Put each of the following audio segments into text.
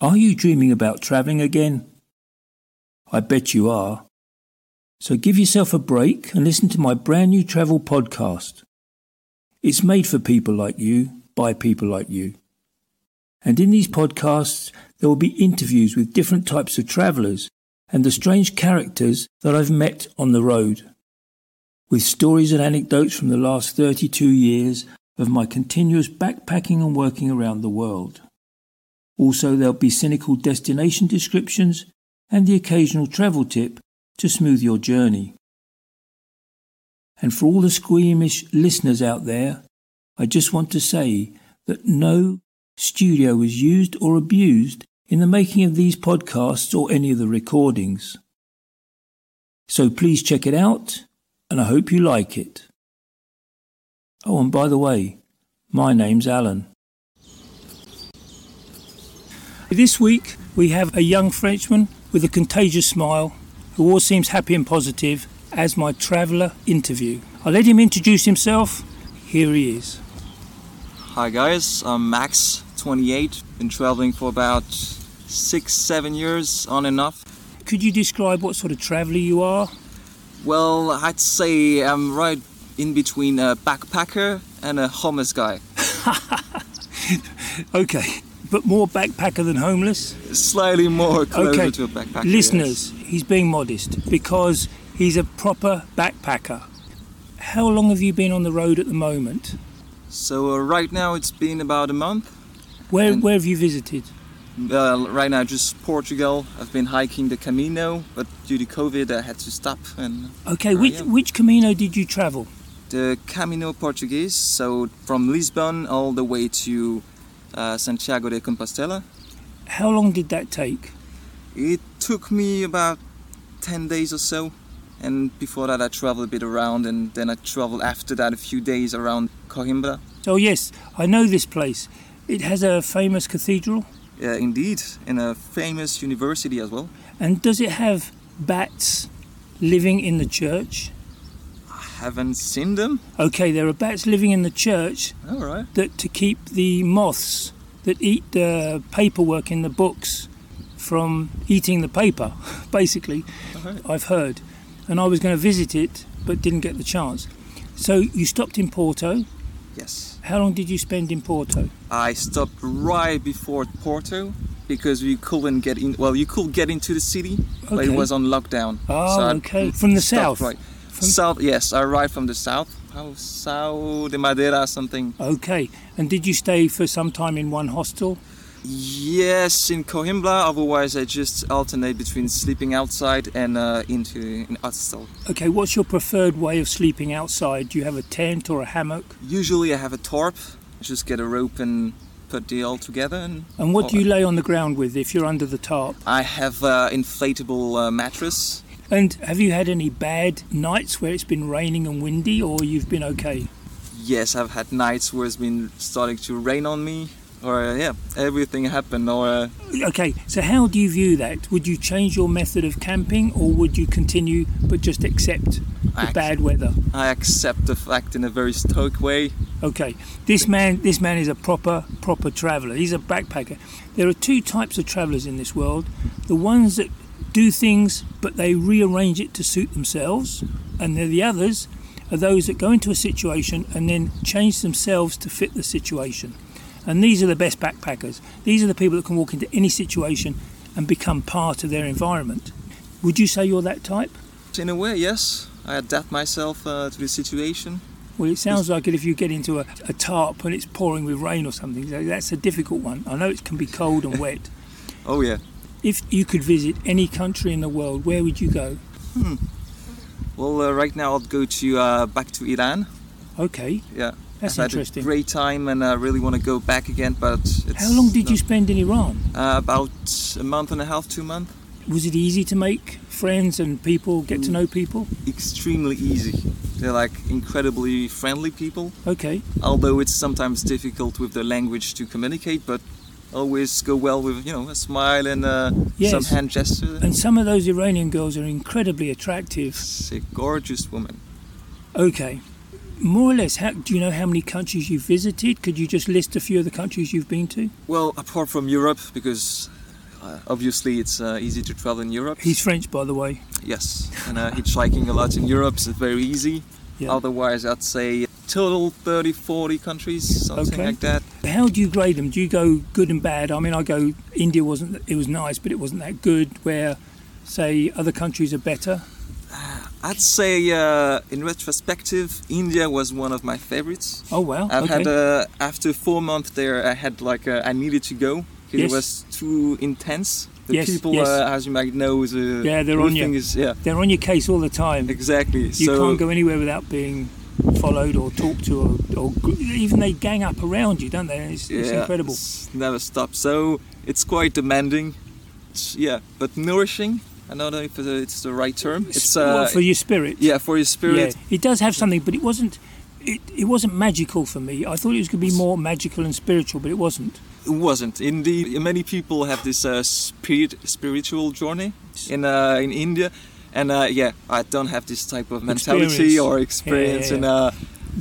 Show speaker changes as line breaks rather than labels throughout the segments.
Are you dreaming about travelling again? I bet you are. So give yourself a break and listen to my brand new travel podcast. It's made for people like you, by people like you. And in these podcasts, there will be interviews with different types of travellers and the strange characters that I've met on the road. With stories and anecdotes from the last 32 years of my continuous backpacking and working around the world. Also, there'll be cynical destination descriptions and the occasional travel tip to smooth your journey. And for all the squeamish listeners out there, I just want to say that no studio was used or abused in the making of these podcasts or any of the recordings. So please check it out, and I hope you like it. Oh, and by the way, my name's Alan. This week we have a young Frenchman with a contagious smile who always seems happy and positive as my traveller interview. I let him introduce himself. Here he is.
Hi guys, I'm Max, 28, been traveling for about six, seven years on and off.
Could you describe what sort of traveller you are?
Well, I'd say I'm right in between a backpacker and a homeless guy.
Okay, but more backpacker than homeless?
Slightly more closer
Okay.
to a backpacker. yes.
Listeners, he's being modest because he's a proper backpacker. How long have you been on the road at the moment?
So uh, right now it's been about a month.
Where,
And-
where have you visited?
Uh, right now just Portugal. I've been hiking the Camino, but due to COVID I had to stop and
Okay, which,
yeah.
which Camino did you travel?
the Camino Portuguese, so from Lisbon all the way to uh, Santiago de Compostela.
How long did that take?
It took me about 10 days or so. And before that, I traveled a bit around, and then I traveled after that a few days around Coimbra.
Oh, yes, I know this place. It has a famous cathedral.
Yeah, Uh, indeed, in a famous university as well.
And does it have bats living in the church?
I haven't seen them.
Okay, there are bats living in the church
All right.
that to keep the moths that eat the paperwork in the books from eating the paper, basically,
All right.
I've heard. And I was going to visit it but didn't get the chance. So you stopped in Porto.
Yes.
How long did you spend in Porto?
I stopped right before Porto because we couldn't get in. Well, you could get into the city, but
Okay.
it was on lockdown.
Oh,
I
okay. From the
stopped
south?
Right.
From-
South, yes, I arrived from the south. How Sao de Madeira, something.
Okay. And did you stay for some time in one hostel?
Yes, in Coimbra. Otherwise, I just alternate between sleeping outside and uh, into an hostel.
Okay, what's your preferred way of sleeping outside? Do you have a tent or a hammock?
Usually, I have a tarp. Just get a rope and put the all together. And
And what do you lay on the ground with if you're under the tarp?
I have uh, inflatable uh, mattress.
And have you had any bad nights where it's been raining and windy, or you've been okay?
Yes, I've had nights where it's been starting to rain on me, or uh, yeah, everything happened. Or uh,
Okay, so how do you view that? Would you change your method of camping, or would you continue but just accept the
Ac-
bad weather?
I accept the fact in a very stoic way.
Okay, this man, this man is a proper, proper traveller. He's a backpacker. There are two types of travellers in this world: the ones that do things but they rearrange it to suit themselves, and then the others are those that go into a situation and then change themselves to fit the situation. And these are the best backpackers. These are the people that can walk into any situation and become part of their environment. Would you say you're that type?
In a way, yes, I adapt myself uh, to the situation.
Well, it sounds like it if you get into a, a tarp and it's pouring with rain or something. So that's a difficult one. I know it can be cold and wet.
Oh yeah.
If you could visit any country in the world, where would you go?
Well, uh, right now I'll go to uh, back to Iran.
Okay,
Yeah,
that's
I've
interesting.
Had a great time, and I really want to go back again. But it's
How long did
no-
you spend in Iran?
Uh, about a month and a half, two months.
Was it easy to make friends and people get to know people?
Extremely easy. They're like incredibly friendly people.
Okay,
Although it's sometimes difficult with the language to communicate, but always go well with you know a smile and uh, some
Yes.
hand gesture.
and some of those Iranian girls are incredibly attractive.
It's a gorgeous woman.
Okay, more or less. How, do you know how many countries you've visited? Could you just list a few of the countries you've been to?
Well, apart from Europe, because Uh, obviously, it's uh, easy to travel in Europe.
He's French, by the way.
Yes, and uh, hitchhiking a lot in Europe is very easy.
Yeah.
Otherwise, I'd say total 30, 40 countries, something
Okay.
like that.
How do you grade them? Do you go good and bad? I mean, I go India wasn't it was nice, but it wasn't that good. Where, say, other countries are better.
I'd say, uh, in retrospective, India was one of my favorites.
Oh wow,
I've
okay,
had uh, after four months there, I had like uh, I needed to go 'cause
Yes.
it was too intense. The
Yes,
people,
yes.
Uh, as you might know, is uh,
Yeah, they're on you.
everything Is, yeah,
they're on your case all the time.
exactly.
You
so
can't go anywhere without being followed or talked to, or, or gr- even they gang up around you, don't they? It's, it's
yeah,
incredible.
it's never stopped. So it's quite demanding. It's, yeah, but nourishing. I don't know if it's the right term. It's uh,
well, for your spirit.
yeah for your spirit.
Yeah, it does have something, but it wasn't. It, it wasn't magical for me. I thought it was going to be more magical and spiritual, but it wasn't.
It wasn't. Indeed, many people have this uh, spirit spiritual journey in uh, in India, and uh, yeah, I don't have this type of mentality
Experience.
or experience,
yeah,
and uh,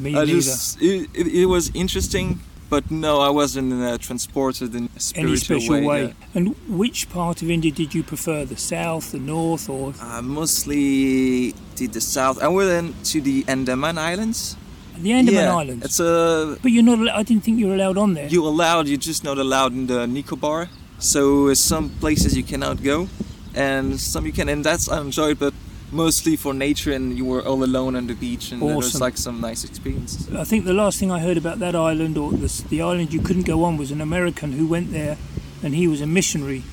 Me
I
neither.
just it, it, it was interesting, but no, I wasn't uh, transported in a
Any
spiritual
special way.
yeah.
And which part of India did you prefer? The south, the north, or
I mostly did the south. I went to the Andaman Islands.
the Andaman
yeah,
Islands?
It's a
But you're not. al- I didn't think you were allowed on there.
you allowed. You're just not allowed in the Nicobar. So uh, some places you cannot go, and some you can. And that's I enjoyed, but mostly for nature. And you were all alone on the beach, and it was
Awesome.
like some nice experiences.
I think the last thing I heard about that island or the, the island you couldn't go on was an American who went there, and he was a missionary.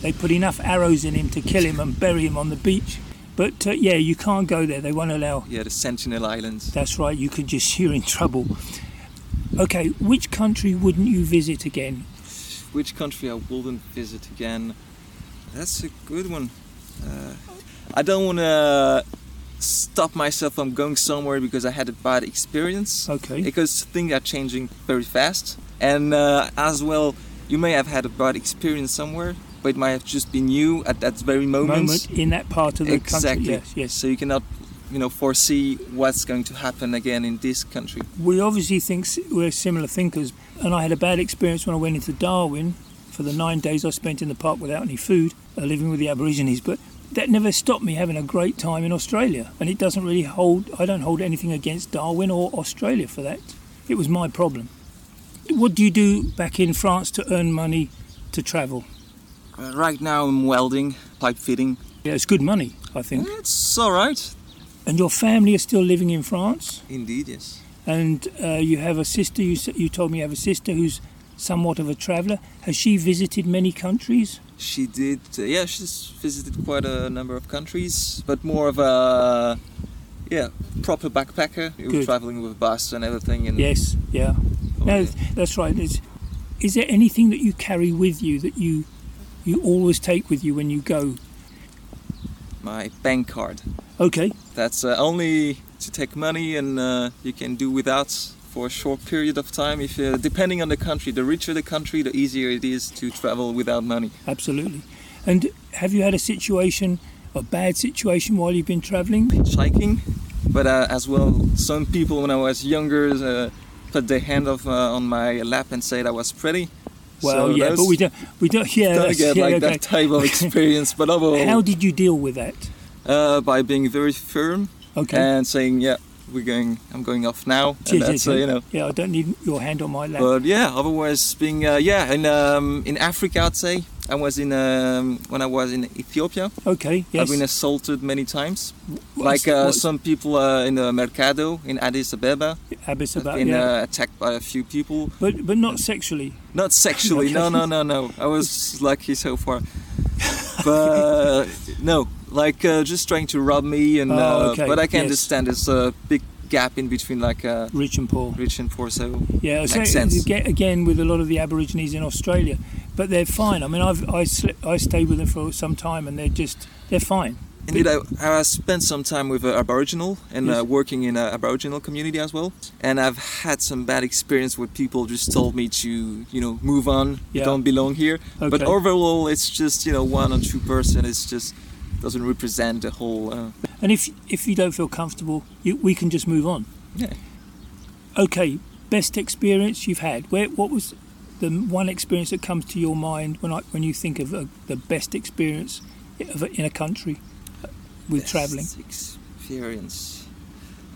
They put enough arrows in him to kill him and bury him on the beach. But uh, yeah, you can't go there. They won't allow.
Yeah, the Sentinel Islands.
That's right. You could just you're in trouble. Okay, which country wouldn't you visit again?
Which country I wouldn't visit again? That's a good one. Uh, I don't want to stop myself from going somewhere because I had a bad experience.
Okay.
because things are changing very fast and uh, as well you may have had a bad experience somewhere but it might have just been you at that very moment,
Moment in that part of the
exactly
country. Yes, yes.
so you cannot you know foresee what's going to happen again in this country
we obviously think s- we're similar thinkers and i had a bad experience when i went into darwin for the nine days i spent in the park without any food uh, living with the aborigines but that never stopped me having a great time in australia and it doesn't really hold i don't hold anything against darwin or australia for that it was my problem what do you do back in france to earn money to travel
Uh, right now i'm welding pipe fitting
yeah, it's good money i think
it's all right
and your family are still living in france
indeed yes
and uh, you have a sister. You, s- you told me you have a sister who's somewhat of a traveller. Has she visited many countries?
she did uh, yeah she's visited quite a number of countries but more of a yeah proper backpacker you were
Good.
traveling with a bus and everything and
Yes, yeah.
Oh,
No,
yeah.
that's right. It's, is there anything that you carry with you that you you always take with you when you go?
my bank card
Okay,
That's uh, only to take money, and uh, you can do without for a short period of time. If uh, depending on the country, the richer the country, the easier it is to travel without money.
absolutely. And have you had a situation, a bad situation while you've been travelling?
Hiking, but uh, as well, some people when I was younger uh, put their hand off, uh, on my lap and said I was pretty.
Well,
So
yeah,
those
but we don't, we don't. Yeah,
don't
that's,
get
yeah,
like
okay.
that type of experience. but overall,
How did you deal with that?
uh, by being very firm
Okay.
and saying, yeah, we're going. I'm going off now, and
Cheers,
that's uh,
cheers.
you know.
yeah, I don't need your hand on my lap.
But yeah, otherwise being uh, yeah in um, in Africa, I'd say I was in um, when I was in Ethiopia.
okay, yes.
I've been assaulted many times,
What's-
like uh,
what's-
some people uh, in the mercado in Addis Ababa.
Abbas
I've
about
been
yeah,
uh, attacked by a few people,
but but not sexually.
not sexually. no, no, no, no. I was lucky so far, but no, like uh, just trying to rob me. And
Oh,
uh,
okay,
but I can
yes.
understand there's a big gap in between like uh,
Rich and poor.
rich and poor. So
Yeah, so
Makes sense.
you get- again with a lot of the Aborigines in Australia, but they're fine. I mean, I've I, sli- I stayed with them for some time, and they're just they're fine.
Indeed, I, I spent some time with uh, Aboriginal and
Yes.
uh, working in a Aboriginal community as well. And I've had some bad experience where people just told me to, you know, move on.
Yeah.
You don't belong here. But
Okay.
overall, it's just you know one or two person. It's just doesn't represent the whole. Uh,
And if if you don't feel comfortable, you, we can just move on.
yeah.
Okay, best experience you've had. Where what was the one experience that comes to your mind when I, when you think of uh, the best experience of, in a country uh, with
Best
traveling?
Experience.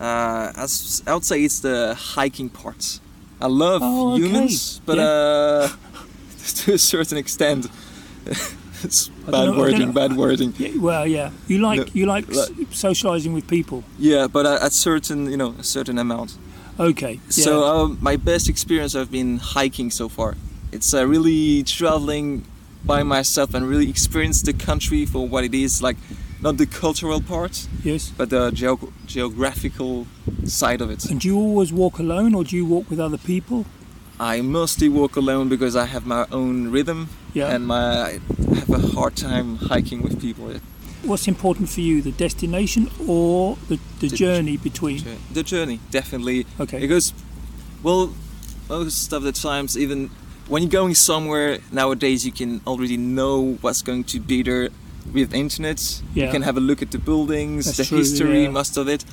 Uh, I s- I would say it's the hiking part. I love
Oh, okay.
humans, but
Yeah.
uh, to a certain extent, it's
I
bad
dunno- I
wording.
dunno.
Bad wording.
Yeah, well, yeah. You like
No,
you like s-
like-
socializing with people.
Yeah, but a, a certain, you know, a certain amount.
Okay. Yeah.
So um, my best experience I've been hiking so far. It's uh, really traveling by myself and really experience the country for what it is. Like, not the cultural part,
yes.
but the geog- geographical side of it.
And do you always walk alone, or do you walk with other people?
I mostly walk alone because I have my own rhythm
Yeah.
and my I have a hard time hiking with people.
What's important for you, the destination or the, the,
The-
journey between?
The journey, definitely.
Mm-hmm. Okay.
Because, well, most of the times, even when you're going somewhere nowadays, you can already know what's going to be there with internet.
Yeah.
You can have a look at the buildings,
That's
the
true,
history,
yeah.
most of it.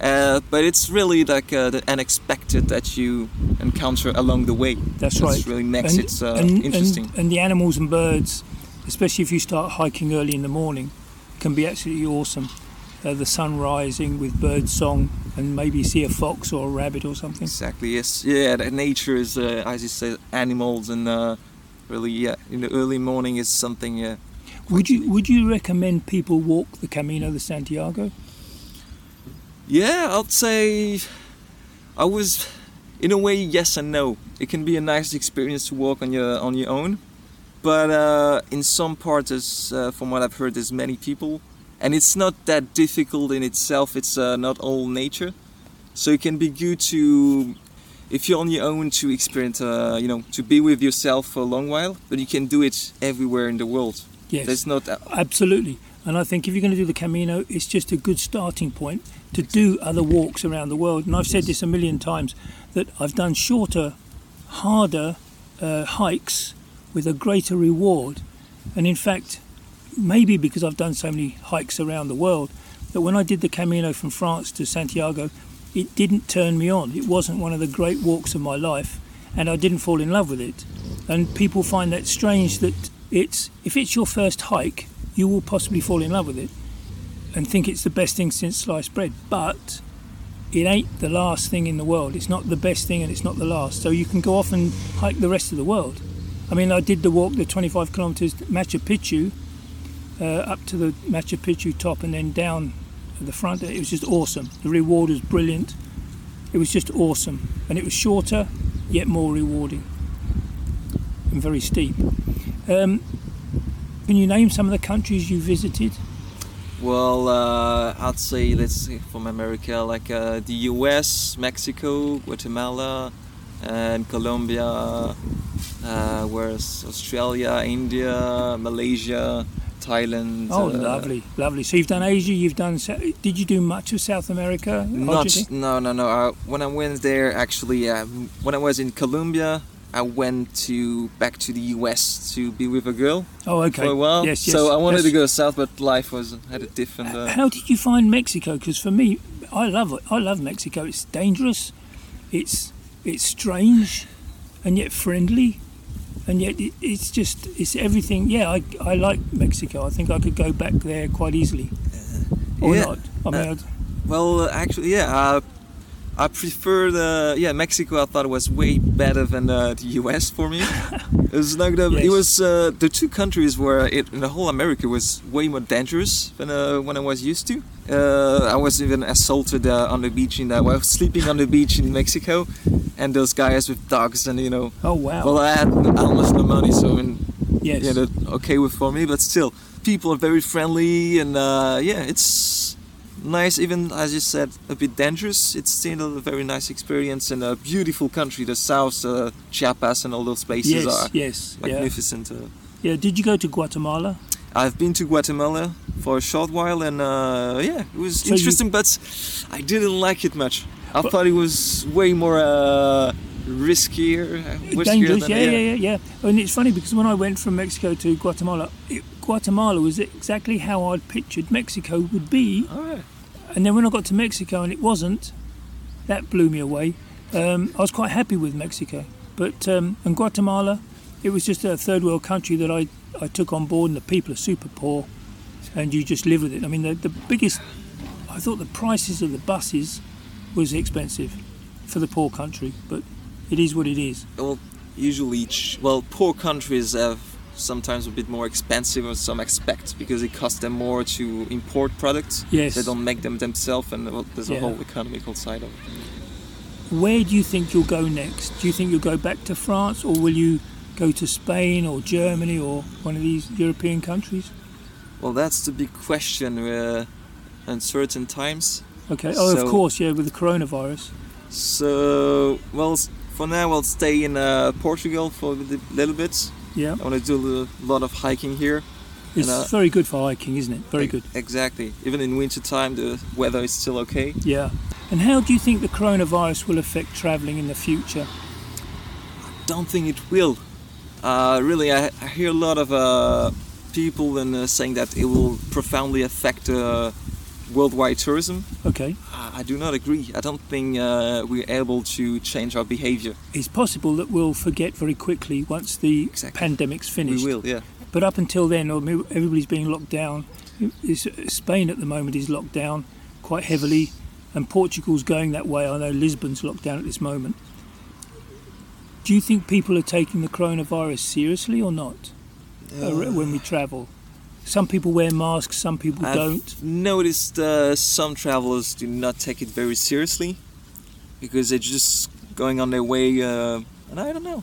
Uh, but it's really like uh, the unexpected that you encounter along the way.
That's
That's
right.
really makes
And-
it uh,
and- and-
interesting.
And, the animals and birds, especially if you start hiking early in the morning, can be absolutely awesome. Uh, the sun rising with bird song, and maybe see a fox or a rabbit or something.
Exactly. Yes. Yeah. That nature is, uh, as you say, animals and uh, really, yeah, in the early morning is something. Uh,
Would you Would you recommend people walk the Camino de Santiago?
yeah, I'd say I was, in a way, yes and no. It can be a nice experience to walk on your on your own, but uh, in some parts, as uh, from what I've heard, there's many people, and it's not that difficult in itself. It's uh, not all nature, so it can be good to. If you're on your own to experience, uh, you know, to be with yourself for a long while, but you can do it everywhere in the world.
Yes,
There's not a-
absolutely. And I think if you're going to do the Camino, it's just a good starting point to do other walks around the world. And I've said this a million times that I've done shorter, harder uh, hikes with a greater reward. And in fact, maybe because I've done so many hikes around the world, that when I did the Camino from France to Santiago, it didn't turn me on. It wasn't one of the great walks of my life, and I didn't fall in love with it. And people find that strange that it's if it's your first hike, you will possibly fall in love with it and think it's the best thing since sliced bread. But it ain't the last thing in the world. It's not the best thing and it's not the last. So you can go off and hike the rest of the world. I mean, I did the walk, the 25 kilometres Machu Picchu, uh, up to the Machu Picchu top and then down at the front. It was just awesome. The reward was brilliant. It was just awesome. And it was shorter, yet more rewarding and very steep. Um, can you name some of the countries you visited?
Well, uh, I'd say let's say from America, like uh, the U.S., Mexico, Guatemala, and Colombia. Uh, whereas Australia, India, Malaysia, Thailand.
Oh,
uh,
lovely, lovely. So you've done Asia, you've done. Sa- Did you do much of South America? Argentina?
Not no no no. Uh, when I went there, actually, uh, when I was in Colombia, I went to back to the U.S. to be with a girl
Oh, okay.
for a while.
Yes, yes.
so I wanted to
yes.
go south, but life was had a different. Uh,
How did you find Mexico? Because for me, I love it. I love Mexico. It's dangerous. It's it's strange, and yet friendly, and yet it, it's just it's everything. Yeah, I, I like Mexico. I think I could go back there quite easily, or
yeah.
not. I mean,
Uh,
I'd-
Well, actually, yeah, uh, I prefer the yeah Mexico. I thought was way better than uh, the U.S. for me. it was like the,
Yes.
it was uh, the two countries where it in the whole America was way more dangerous than uh, when I was used to. Uh, I was even assaulted uh, on the beach in uh, while sleeping on the beach in Mexico, and those guys with dogs and you know.
oh wow.
Well, I had almost no money, so I mean,
yes.
yeah, that okay with for me, but still, people are very friendly and uh, yeah, it's nice. Even as you said, a bit dangerous. It's still a very nice experience and a beautiful country. The south, uh, Chiapas, and all those places
yes.
are
yes. Yeah.
magnificent. Uh,
Yeah. Did you go to Guatemala?
I've been to Guatemala for a short while, and uh, yeah, it was
So you-
interesting, but I didn't like it much. I
Well-
thought it was way more uh, riskier, uh, riskier
dangerous.
than
Yeah, yeah, yeah, yeah, And it's funny because when I went from Mexico to Guatemala, it, Guatemala was exactly how I'd pictured Mexico would be.
All right.
And then when I got to Mexico and it wasn't, that blew me away. Um, I was quite happy with Mexico. But um, in Guatemala, it was just a third world country that I, I took on board, and the people are super poor, and you just live with it. I mean, the, the biggest, I thought the prices of the buses was expensive for the poor country, but it is what it is.
Well, usually, each, well, poor countries have sometimes a bit more expensive than some expect because it costs them more to import products.
Yes.
They don't make them themselves, and well, there's a
Yeah.
whole economical side of it.
Where do you think you'll go next? Do you think you'll go back to France, or will you go to Spain or Germany or one of these European countries?
Well, that's the big question. Uh, uncertain times.
Okay. Oh,
So-
of course, yeah, with the coronavirus.
So, well, s- for now, I'll stay in uh, Portugal for a bit- little bit.
Yeah,
I want to do a lot of hiking here.
it's
Oh, uh,
very good for hiking, isn't it? Very
E-
good.
Exactly. Even in winter time, the weather is still okay.
Yeah. And how do you think the coronavirus will affect travelling in the future?
Don't think it will. Uh, really, I, I hear a lot of uh, people and uh, saying that it will profoundly affect uh, worldwide tourism. Uh,
Okay.
I I do not agree. I don't think uh, we're able to change our behavior.
It's possible that we'll forget very quickly once the
Exactly.
pandemic's finished.
We will, yeah.
But up until then, I mean, everybody's being locked down. It's, Spain at the moment is locked down quite heavily, and Portugal's going that way. I know Lisbon's locked down at this moment. Do you think people are taking the coronavirus seriously or not uh, when we travel? Some people wear masks, some people
I've
don't.
noticed uh, some travelers do not take it very seriously because they're just going on their way, uh, and I don't know.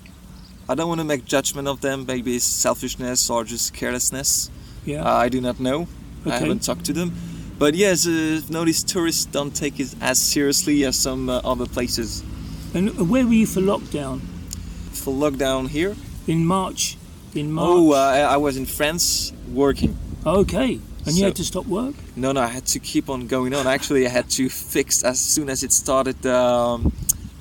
I don't want to make judgment of them. Maybe it's selfishness or just carelessness.
Yeah.
Uh, I do not know. I
Okay.
haven't talked to them. But yes, uh, I've noticed tourists don't take it as seriously as some uh, other places.
and uh, where were you for lockdown?
For lockdown here,
In March. In March.
oh, uh, I- I was in France working.
okay. And you
so-
had to stop work?
No, no, I had to keep on going on. Actually, I had to fix as soon as it started the um,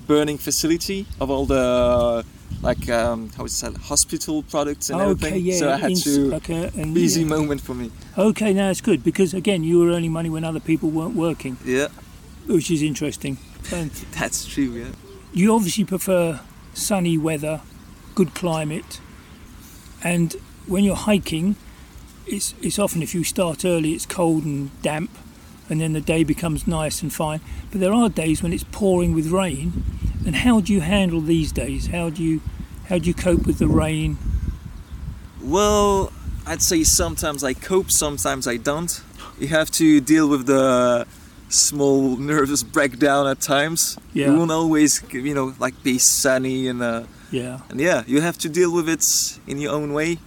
burning facility of all the like um, how is that hospital products and
okay,
everything.
yeah.
so I had
ins-
to
like a- an-
busy
yeah.
moment for me.
Okay, now it's good because again, you were earning money when other people weren't working,
Yeah,
which is interesting. Um,
that's true. Yeah,
you obviously prefer sunny weather, good climate, and when you're hiking, it's it's often if you start early, it's cold and damp, and then the day becomes nice and fine. But there are days when it's pouring with rain, and how do you handle these days? How do you how do you cope with the rain?
Well, I'd say sometimes I cope, sometimes I don't. You have to deal with the small nervous breakdown at times.
Yeah.
You won't always, you know, like be sunny and. Uh,
Yeah,
and yeah, you have to deal with it in your own way.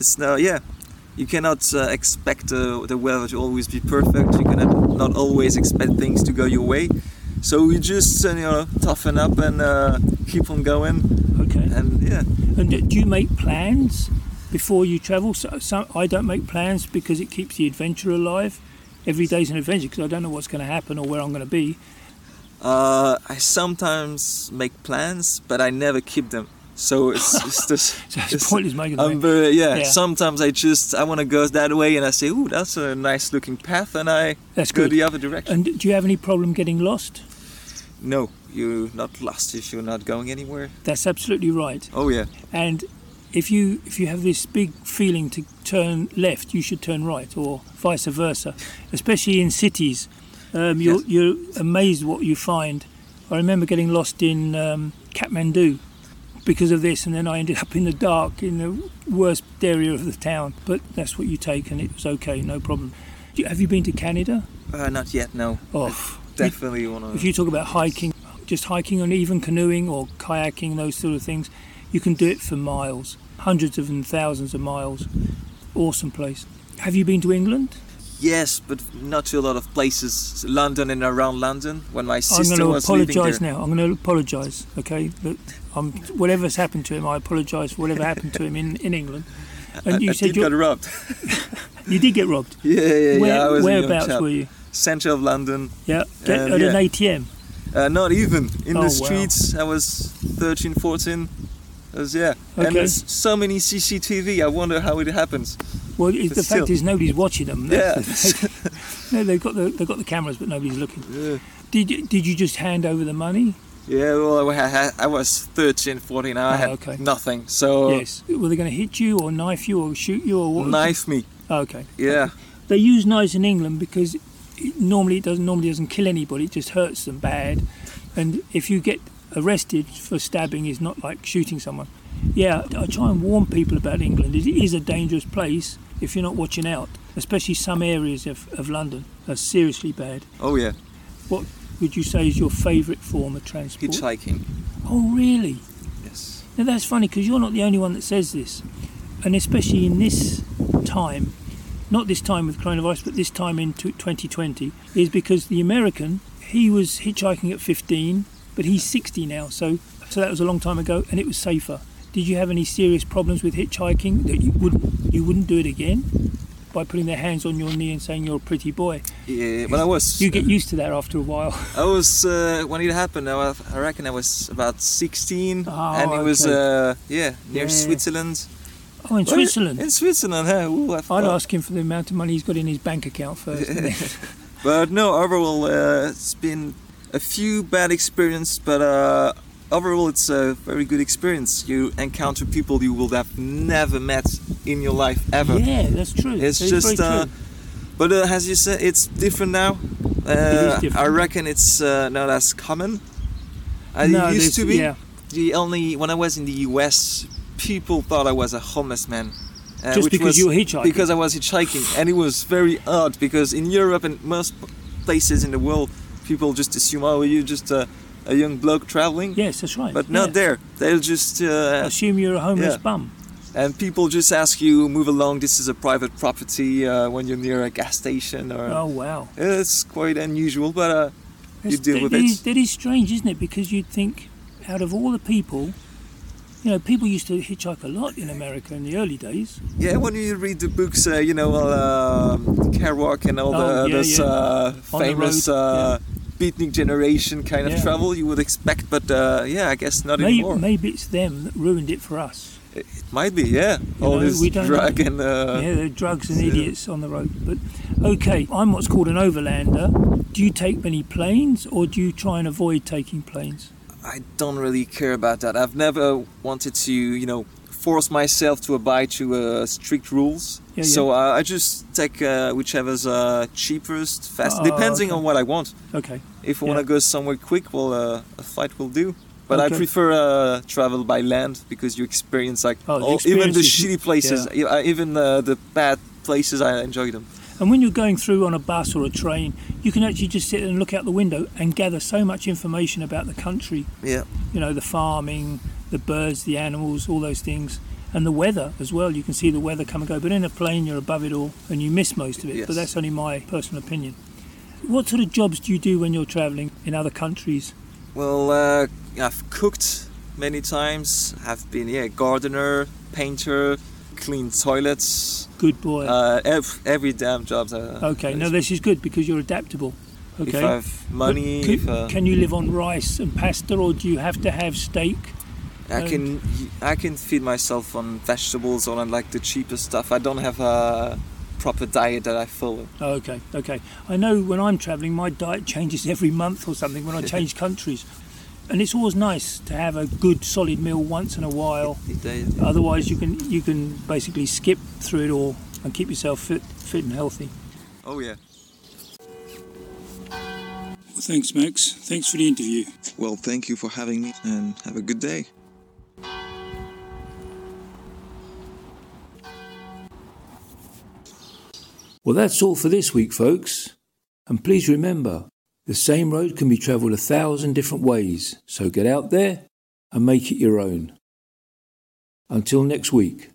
It's now, yeah, you cannot uh, expect uh, the weather to always be perfect. You cannot not always expect things to go your way. So you just uh, you know toughen up and uh, keep on going.
okay.
And yeah,
And do you make plans before you travel? So, so I don't make plans because it keeps the adventure alive. Every day's an adventure because I don't know what's going to happen or where I'm going to be.
uh, I sometimes make plans, but I never keep them. So it's, it's um, just.
So it's pointless making them.
I'm very, yeah,
Yeah.
Sometimes I just I want to go that way, and I say, "Ooh, that's a nice looking path," and I
That's
go
good.
the other direction.
And do you have any problem getting lost? Uh,
No, you're not lost if you're not going anywhere.
That's absolutely right.
Oh yeah,
And if you if you have this big feeling to turn left, you should turn right, or vice versa. Especially in cities, um, you're
Yes.
you're amazed what you find. I remember getting lost in um, Kathmandu because of this, and then I ended up in the dark in the worst area of the town. But that's what you take, and it was okay, no problem. Do you- Have you been to Canada?
uh, not yet. No,
Oh,
definitely wanna.
if you talk about hiking, just hiking and even canoeing or kayaking, those sort of things, you can do it for miles, hundreds of and thousands of miles. Awesome place. Have you been to England?
yes, but not to a lot of places. London and around London. When my
I'm
sister
going to
was living there.
apologise now. I'm going to apologise. Okay, Look, I'm, whatever's happened to him, I apologise for whatever happened to him in, in England. And
I-
you
I
said
did
you
got robbed.
you did get robbed.
yeah, yeah, yeah. I
Where,
was a young
whereabouts
chap.
were you?
Centre of London.
Yeah, get,
Um,
at an
yeah.
ATM.
Uh, not even in
Oh, wow.
the streets. I was 13, 14. I was yeah. And
Okay.
there's so many CCTV. I wonder how it happens.
Well, it,
But
the fact
still.
is nobody's watching them.
Yeah.
no, they've got the they've got the cameras, but nobody's looking.
Yeah.
Did you, did you just hand over the money?
Yeah, well, I ha- I was 13, 14. I
Ah,
had
okay.
nothing. So
yes. Were they going to hit you or knife you or shoot you or what? Oh,
knife me.
Okay.
Yeah.
They use knives in England because it normally it doesn't normally doesn't kill anybody. It just hurts them bad. And if you get arrested for stabbing, is not like shooting someone. Yeah, I try and warn people about England. It is a dangerous place if you're not watching out. Especially some areas of, of London are seriously bad.
Oh yeah.
What would you say is your favourite form of transport?
Hitchhiking.
Oh, really?
Yes.
Now that's funny because you're not the only one that says this, and especially in this time, not this time with coronavirus, but this time in t- 2020, is because the American he was hitchhiking at 15, but he's 60 now, so so that was a long time ago, and it was safer. Did you have any serious problems with hitchhiking that you would you wouldn't do it again? By putting their hands on your knee and saying you're a pretty boy,
Yeah. When I was
you get used to that after a while.
I was uh, when it happened. I, was, I reckon I was about 16,
Oh,
and it was
okay.
uh, yeah near
Yeah.
Switzerland.
Oh, in
Well,
Switzerland,
In Switzerland, huh? Ooh, I
I'd
forgot.
ask him for the amount of money he's got in his bank account first. and then-
But no, overall, uh, it's been a few bad experience, but uh, overall, it's a very good experience. You encounter people you would have never met in your life ever.
Yeah, that's true.
It's
That is
just,
very true.
uh, But uh, as you said, it's different now. Uh,
is different.
I reckon it's uh, not as common. I
No,
used
there's-
to be.
Yeah,
The only when I was in the U.S., people thought I was a homeless man. Uh,
just
which
because
was-
you were hitchhiking.
because I was hitchhiking, and it was very odd because in Europe and most places in the world, people just assume, oh, you're just a, a young bloke traveling.
yes, that's right.
But not
yeah.
there. They'll just uh,
Assume you're a homeless
Yeah.
bum.
and people just ask you move along. This is a private property. Uh, when you're near a gas station, or
Oh wow,
it's quite unusual. But uh, You
That's-
deal
that-
with
that
it.
is- that is strange, isn't it? Because you'd think, out of all the people, you know, people used to hitchhike a lot in America in the early days.
yeah, when you read the books, uh, you know, well, um Kerouac and all
Oh,
the
yeah,
this
yeah.
Uh,
On the
famous
road,
uh, beatnik generation kind of
Yeah.
travel you would expect. But uh, yeah, I guess not
Maybe,
anymore.
maybe it's them that ruined it for us.
It might be, yeah.
You
All
know,
this
we don't
drug
know.
and uh,
yeah, there are drugs and
yeah.
idiots on the road. But okay, I'm what's called an overlander. Do you take many planes, or do you try and avoid taking planes?
I don't really care about that. I've never wanted to, you know, force myself to abide to uh, strict rules.
Yeah,
So uh, I just take uh, whichever's uh, cheapest, fast,
Oh,
depending
okay.
on what I want.
Okay,
If I
Yeah.
want to go somewhere quick, well, uh, a flight will do. But I
Okay.
prefer uh, travel by land because you experience like
Oh, the
all, even the
experience is-
shitty places, e- uh, even uh, the bad places. I enjoy them.
And when you're going through on a bus or a train, you can actually just sit and look out the window and gather so much information about the country.
Yeah.
You know, the farming, the birds, the animals, all those things, and the weather as well. You can see the weather come and go. But in a plane, you're above it all and you miss most of it. But
Yes.
that's only my personal opinion. What sort of jobs do you do when you're travelling in other countries?
Well, uh, I've cooked many times. I've been yeah, gardener, painter, clean toilets,
Good boy.
uh, ev- every damn job. Uh,
okay, now this is good because you're adaptable.
If
Okay.
I have money,
But c-
if, uh,
can you live on rice and pasta, or do you have to have steak?
I can, I can feed myself on vegetables or on like the cheapest stuff. I don't have a proper diet that I follow.
Oh, okay, okay. I know when I'm travelling, my diet changes every month or something when I change countries. And it's always nice to have a good solid meal once in a while.
Uh,
Otherwise, you can you can basically skip through it all and keep yourself fit, fit and healthy.
Oh yeah.
Well, thanks, Max. Thanks for the interview.
Well, thank you for having me, and have a good day.
Well, that's all for this week, folks. And please remember, the same road can be travelled a thousand different ways. So get out there and make it your own. Until next week.